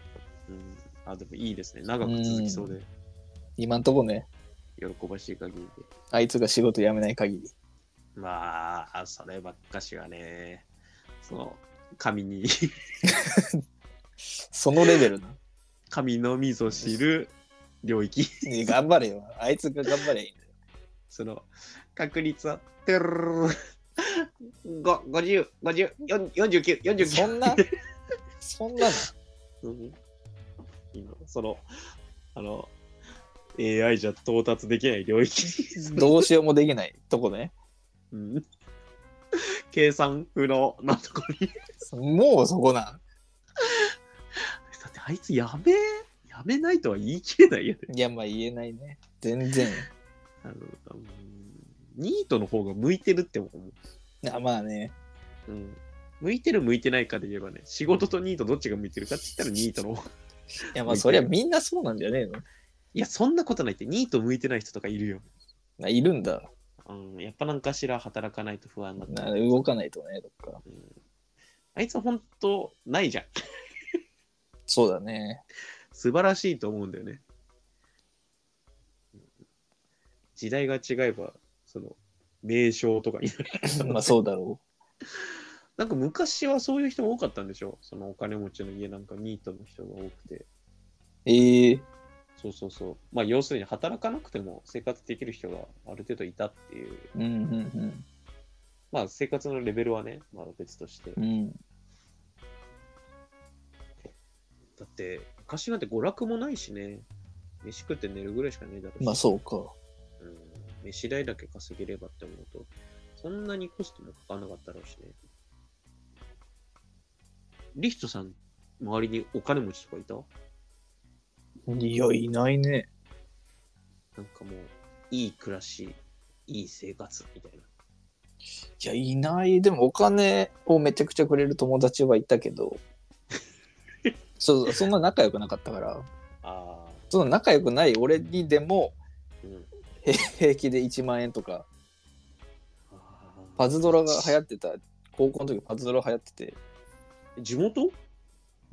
Speaker 1: うん、あでもいいですね。長く続きそうで、
Speaker 2: 今んとこね、
Speaker 1: 喜ばしい限りで。
Speaker 2: あいつが仕事辞めない限り。
Speaker 1: まあ、そればっかしはね、その、神に、
Speaker 2: そのレベルな。
Speaker 1: 神のみぞ知る領域、
Speaker 2: ね 頑張れよ。あいつが頑張ればいいんだよ。
Speaker 1: その、確率は、てるるるご50、50、4 49、49。
Speaker 2: そんな そんなの
Speaker 1: うん今、その、あの、AI じゃ到達できない領域、
Speaker 2: どうしようもできないとこね。
Speaker 1: うん計算不能なところに
Speaker 2: もうそこな
Speaker 1: だってあいつやべえやめないとは言い切れないよね。
Speaker 2: ん。いや、まあ言えないね。全然。
Speaker 1: あのうんニートの方が向いてるって思う。
Speaker 2: あまあね。
Speaker 1: うん向いてる向いてないかで言えばね、仕事とニートどっちが向いてるかって言ったらニートの方。
Speaker 2: いや、まあそりゃみんなそうなんじゃねえの。
Speaker 1: いや、そんなことないって、ニート向いてない人とかいるよ。
Speaker 2: まあいるんだ。
Speaker 1: うん、やっぱなんかしら働かないと不安だった
Speaker 2: な動かないとね、どっか。
Speaker 1: うんあいつ本当ないじゃん。
Speaker 2: そうだ ね。
Speaker 1: 素晴らしいと思うんだよね。時代が違えば、その、名称とかに
Speaker 2: まあそうだろ
Speaker 1: なんか昔はそういう人も多かったんでしょそのお金持ちの家なんかニートの人が多くて。
Speaker 2: う。ええ
Speaker 1: そうそうそう。まあ要するに働かなくても生活できる人がある程度いたっていう。
Speaker 2: うんうん
Speaker 1: まあ生活のレベルはね、まあ別として
Speaker 2: う。ん。うん。
Speaker 1: だって昔なんて娯楽もないしね。飯食って寝るぐらいしかねえだろうし。
Speaker 2: まあそうか。
Speaker 1: うん。飯代だけ稼げればって思うと、そんなにコストもかかんなかったろうしね。リヒトさん、周りにお金持ちとかいた
Speaker 2: いや、いないね。
Speaker 1: なんかもう、いい暮らし、いい生活みたいな。
Speaker 2: いや、いない。でも、お金をめちゃくちゃくれる友達はいたけ ど、そうそう、そんな仲良くなかったから、
Speaker 1: ああ、
Speaker 2: その仲良くない俺にでも、
Speaker 1: うん。
Speaker 2: へ平気で1万円とか、パ
Speaker 1: パ
Speaker 2: ズドラが流行ってた、高校の時パズドラ流行ってて、
Speaker 1: 地元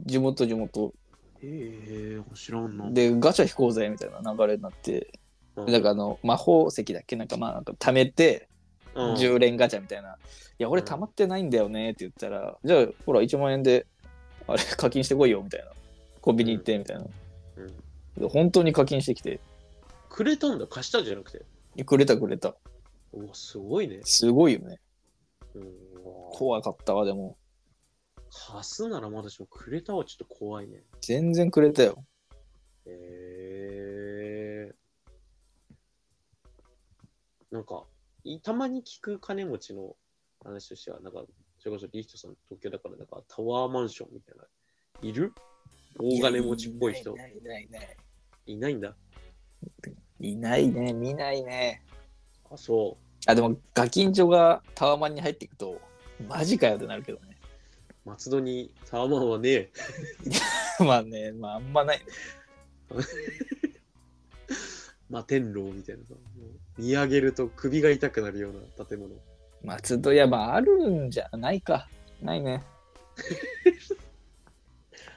Speaker 2: 地元地元
Speaker 1: ええ知らんな。
Speaker 2: でガチャ引こうぜみたいな流れになって、
Speaker 1: うん、
Speaker 2: なんかあの魔法石だっけなんかまあなんか貯めて
Speaker 1: うん、
Speaker 2: 10連ガチャみたいな「いや俺貯まってないんだよね」って言ったら「じゃあほら1万円であれ課金してこいよ」みたいなコンビニ行ってみたいな、
Speaker 1: うん
Speaker 2: で本当に課金してきて
Speaker 1: くれたんだ、貸したんじゃなくて。
Speaker 2: くれたくれた
Speaker 1: うわ、すごいね。
Speaker 2: すごいよね
Speaker 1: うんうわ
Speaker 2: 怖かったわでも
Speaker 1: 貸すならまだしもくれたはちょっと怖いね。
Speaker 2: 全然くれたよ
Speaker 1: ええなんか、いたまに聞く金持ちの話としては、なんか、それこそリヒトさん東京だから、なんかタワーマンションみたいな。いる大金持ちっぽい人。い
Speaker 2: ないないない
Speaker 1: ないんだ。
Speaker 2: いないね見ないね
Speaker 1: あ、そ
Speaker 2: あでもガキンチョがタワマンに入っていくとマジかよってなるけどね
Speaker 1: う。松戸にタワーマンはねえ。
Speaker 2: まあね、まああんまない。
Speaker 1: 摩天楼みたいなさ。もう見上げると首が痛くなるような建物。
Speaker 2: 松戸屋、まああるんじゃないか。ないね。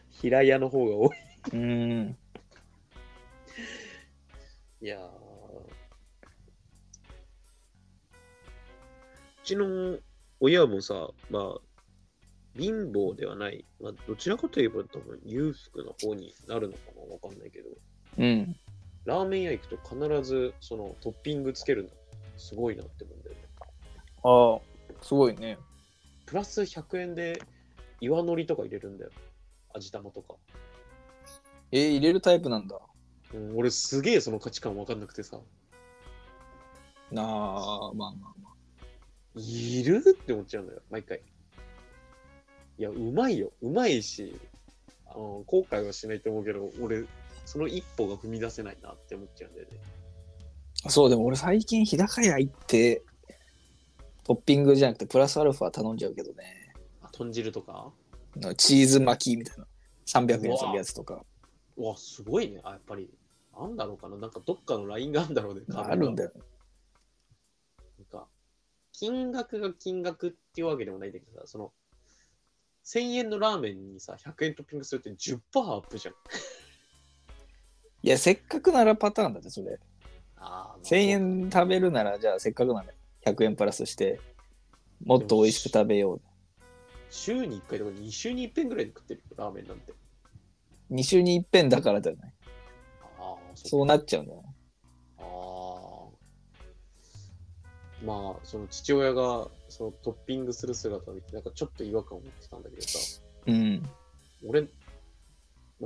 Speaker 1: 平屋の方が多い。
Speaker 2: うん。
Speaker 1: いやー。うちの親もさ、まあ、貧乏ではない。まあ、どちらかといえば多分裕福な方になるのかなわかんないけど。
Speaker 2: うん。
Speaker 1: ラーメン屋行くと必ずそのトッピングつけるんだ。すごいなって思うんだよね。
Speaker 2: ああ、すごいね。
Speaker 1: プラス100円で岩のりとか入れるんだよ。味玉とか。
Speaker 2: えー入れるタイプなんだ。
Speaker 1: うん俺すげえその価値観わかんなくてさ、
Speaker 2: なあ、まあまあま
Speaker 1: いるって思っちゃうんだよ、毎回。いや、うまいよ。うまいし、あの後悔はしないと思うけど、俺、その一歩が踏み出せないなって思っちゃうんだよね。
Speaker 2: あ。そう、でも俺最近日高屋行って、トッピングじゃなくてプラスアルファ頼んじゃうけどね。
Speaker 1: あ豚汁とか
Speaker 2: なんかチーズ巻きみたいな。300円するやつとか。
Speaker 1: うわ、すごいね。あ、やっぱり、なんだろうかな。なんかどっかのラインがあるんだろうね。
Speaker 2: あるんだよ。
Speaker 1: なんか、金額が金額っていうわけでもないんだけどさ、その、1000円のラーメンにさ、100円トッピングするって10%アップじゃん。
Speaker 2: いや、せっかくならパターンだって、それ。
Speaker 1: あー
Speaker 2: 1000。円食べるなら、じゃあせっかくなら100円プラスして、もっと美味しく食べよ
Speaker 1: 週に1回とか2週に1遍ぐらいで食ってるよ、ラーメンなんて。
Speaker 2: う。2週に一遍だからじゃない。
Speaker 1: ああ、
Speaker 2: そうなっちゃうんだよ。
Speaker 1: あーまあその父親がそのトッピングする姿を見てなんかちょっと違和感を持ってたんだけどさ
Speaker 2: うん。
Speaker 1: 俺、ま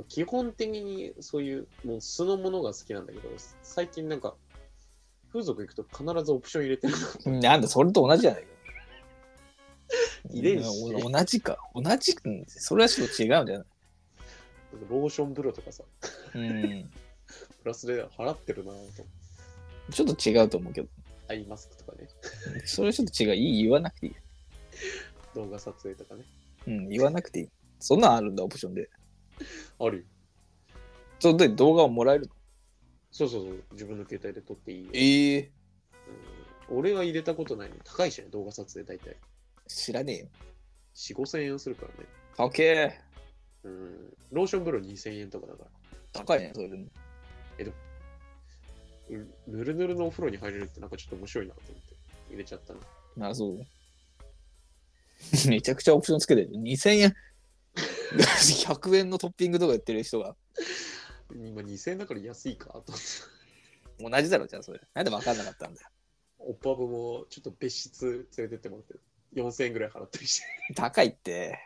Speaker 1: あ、基本的にそういうもう素のものが好きなんだけど最近なんか風俗行くと必ずオプション入れてる
Speaker 2: なんだ、それと同じじゃないか。
Speaker 1: 遺伝子
Speaker 2: うん同じか。同じくんそれはちょっと違うんじゃない
Speaker 1: ローション風呂とかさ
Speaker 2: うん。
Speaker 1: プラスで払ってるなぁと
Speaker 2: ちょっと違うと思うけど。
Speaker 1: アイマスクとかね
Speaker 2: それはちょっと違う。いい、言わなくていい。
Speaker 1: 動画撮影とかね
Speaker 2: うん、言わなくていい。そんなんあるんだ、オプションで。
Speaker 1: あるよ
Speaker 2: それで動画をもらえるの
Speaker 1: そうそうそう自分の携帯で撮っていいよ、
Speaker 2: ええ
Speaker 1: うん俺は入れたことないの高いしね動画撮影大体
Speaker 2: 知らねえよ。
Speaker 1: 4 5 0 0円するからね
Speaker 2: 高え。
Speaker 1: うんローション風呂2000円とかだから。
Speaker 2: 高いね、それでも。
Speaker 1: うんぬるぬるのお風呂に入れるってなんかちょっと面白いなと思って入れちゃったの。
Speaker 2: あ、そう。 めちゃくちゃオプションつけてる。2000円。100円のトッピングとかやってる人が。
Speaker 1: 今2000円だから安いかと思って。
Speaker 2: 同じだろ、じゃあそれ。なんで分かんなかったんだよ。
Speaker 1: オッパブもちょっと別室連れてってもらって4000円ぐらい払ったりして。
Speaker 2: 高いって。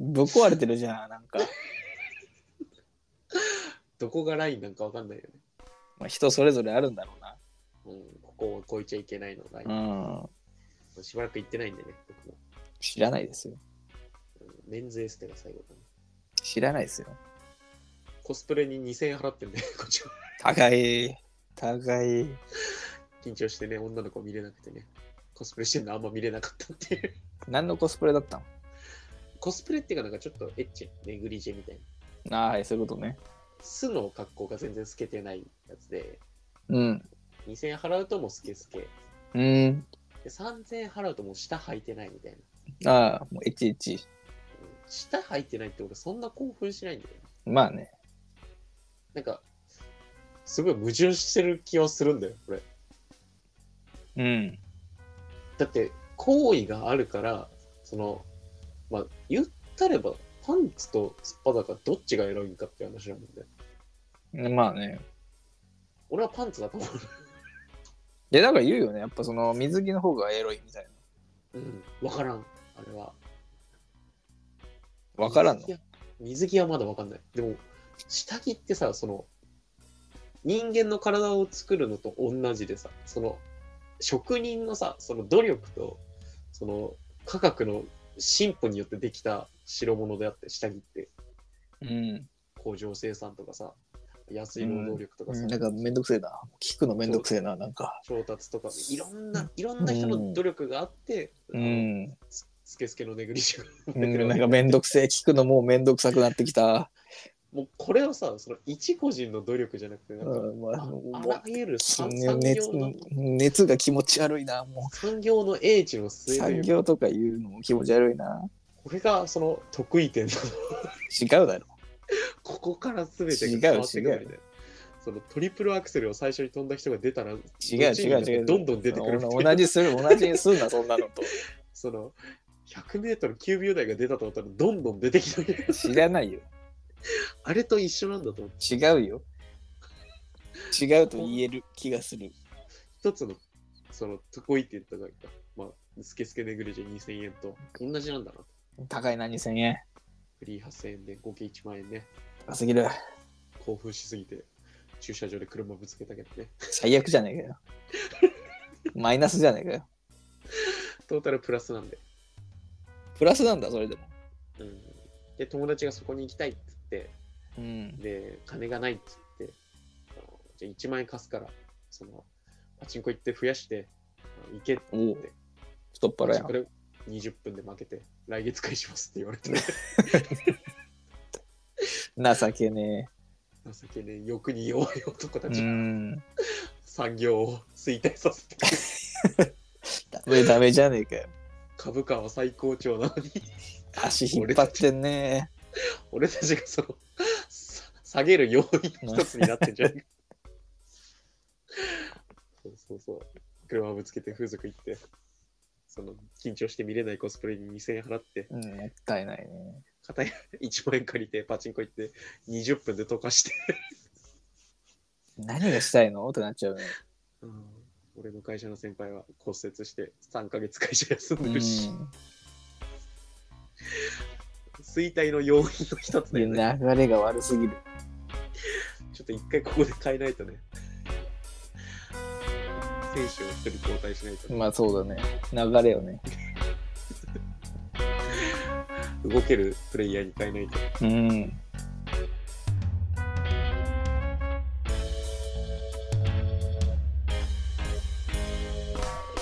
Speaker 2: ぶっ壊れてるじゃん、なんか。
Speaker 1: どこがラインなんかわかんないよね。
Speaker 2: まあ、人それぞれあるんだろうな。
Speaker 1: うん、ここを超えちゃいけないのライン。
Speaker 2: うん。
Speaker 1: しばらく行ってないんでね、僕も。
Speaker 2: 知らないですよ。
Speaker 1: うんメンズエステが最後だね。
Speaker 2: 知らないですよ。
Speaker 1: コスプレに2000円払ってんで、こっちは。
Speaker 2: 高い。高い。
Speaker 1: 緊張してね、女の子見れなくてね。コスプレしてんのあんま見れなかったっていう。
Speaker 2: 何のコスプレだったの
Speaker 1: コスプレっていうかなんかちょっとエッチ、ネグリジェみたいな。
Speaker 2: ああ、はい、そういうことね。
Speaker 1: 素の格好が全然透けてないやつで、
Speaker 2: うん。
Speaker 1: 2000円払うともうスケスケ。
Speaker 2: うん。
Speaker 1: で、3000円払うともう下履いてないみたいな。
Speaker 2: ああ、もう、いちいち。
Speaker 1: うん下履いてないって俺そんな興奮しないんだよね。
Speaker 2: まあね。
Speaker 1: なんか、すごい矛盾してる気はするんだよ、これ。
Speaker 2: うん。
Speaker 1: だって、好意があるから、その、まあ、言ったれば、パンツとすっぱだかどっちがエロいんかって話なんだよね。
Speaker 2: まあね。
Speaker 1: 俺はパンツだと思
Speaker 2: いや、だから言うよね。やっぱその、水着の方がエロいみたいな。
Speaker 1: う。うん、わからん、あれは。
Speaker 2: わからんの
Speaker 1: 水着は水着はまだわかんない。でも、下着ってさ、その、人間の体を作るのと同じでさ、その、職人のさ、その努力と、その、科学の進歩によってできた代物であって、下着って、
Speaker 2: うん。
Speaker 1: 工場生産とかさ、安い労働力とかさ、
Speaker 2: なんかめんどくせえな。聞くのめんどくせえな、なんか。
Speaker 1: 調達とか、いろんな、いろんな人の努力があって、
Speaker 2: う
Speaker 1: あの
Speaker 2: ん。
Speaker 1: ススケスケのネグリジェが生まれて
Speaker 2: う
Speaker 1: るわ
Speaker 2: ん、なん
Speaker 1: け
Speaker 2: かめんどくせえ。聞くのもうめんどくさくなってきた。
Speaker 1: もうこれはさ、その一個人の努力じゃなくて、なんか、
Speaker 2: うん、まあ、
Speaker 1: あ
Speaker 2: も
Speaker 1: あ
Speaker 2: う
Speaker 1: らゆる産産
Speaker 2: 熱
Speaker 1: 業の
Speaker 2: 熱が気持ち悪いな、も
Speaker 1: 産業の英知の
Speaker 2: う。
Speaker 1: 末とい
Speaker 2: 産
Speaker 1: う
Speaker 2: 業とか言うのも気持ち悪いな。
Speaker 1: これがその得意点の
Speaker 2: 違うだろ。
Speaker 1: ここから全てが変わってくるみたいな。そのトリプルアクセルを最初に飛んだ人が出たら違う
Speaker 2: 違う違う違う。
Speaker 1: どんどん出てくるみたいな
Speaker 2: 同じする、同じにすんな、そんなのと。
Speaker 1: その 100m9 秒台が出たと思ったらどんどん出てき て
Speaker 2: 知らないよ。
Speaker 1: あれと一緒なんだと思って
Speaker 2: 違うよ。違うと言える気がする。
Speaker 1: 一つのその、とこいって言ったなんか、まあ、スケスケネグレジェ2000円と同じなんだな。
Speaker 2: 高いな、2000円。
Speaker 1: フリー8000円で合計1万円ね。
Speaker 2: 高すぎる。
Speaker 1: 興奮しすぎて、駐車場で車ぶつけたけどね。
Speaker 2: 最悪じゃねえかよ。マイナスじゃねえかよ。
Speaker 1: トータルプラスなんで。
Speaker 2: プラスなんだ、それでも。
Speaker 1: うん。で、友達がそこに行きたいっつって、
Speaker 2: うん。
Speaker 1: で、金がないっつって、あのじゃあ1万円貸すから、その、パチンコ行って増やして、あの行けって
Speaker 2: おお。太っ
Speaker 1: パ
Speaker 2: 腹
Speaker 1: チ
Speaker 2: や
Speaker 1: ン
Speaker 2: ん
Speaker 1: コ。で20分で負けて、来月返しますって言われて、
Speaker 2: 情けね
Speaker 1: 情けねえ、欲に弱い男
Speaker 2: え。
Speaker 1: た
Speaker 2: う
Speaker 1: ちが
Speaker 2: ん。
Speaker 1: 産業を衰退させて、
Speaker 2: ダメダメじゃねえかよ。
Speaker 1: 株価は最高潮なのに、
Speaker 2: 足引っ張ってんね
Speaker 1: 俺たちがその、さ下げる要因の一つになってんじゃないか。そうそうそう。車をぶつけて風俗行って、その、緊張して見れないコスプレに2000円払って、
Speaker 2: え。うん、もったいないね。
Speaker 1: 片や1万円借りてパチンコ行って20分で溶かして、
Speaker 2: 何がしたいのってなっちゃうね。
Speaker 1: うん俺の会社の先輩は骨折して3ヶ月会社休ん
Speaker 2: う
Speaker 1: で
Speaker 2: ん。
Speaker 1: るし、衰退の要因の一つだよ
Speaker 2: い
Speaker 1: ね。
Speaker 2: や流れが悪すぎる。
Speaker 1: ちょっと一回ここで変えないとね。選手を一人交代しないとね、
Speaker 2: まあそうだね。流れをね。
Speaker 1: 動けるプレイヤーに変えないと。
Speaker 2: うん。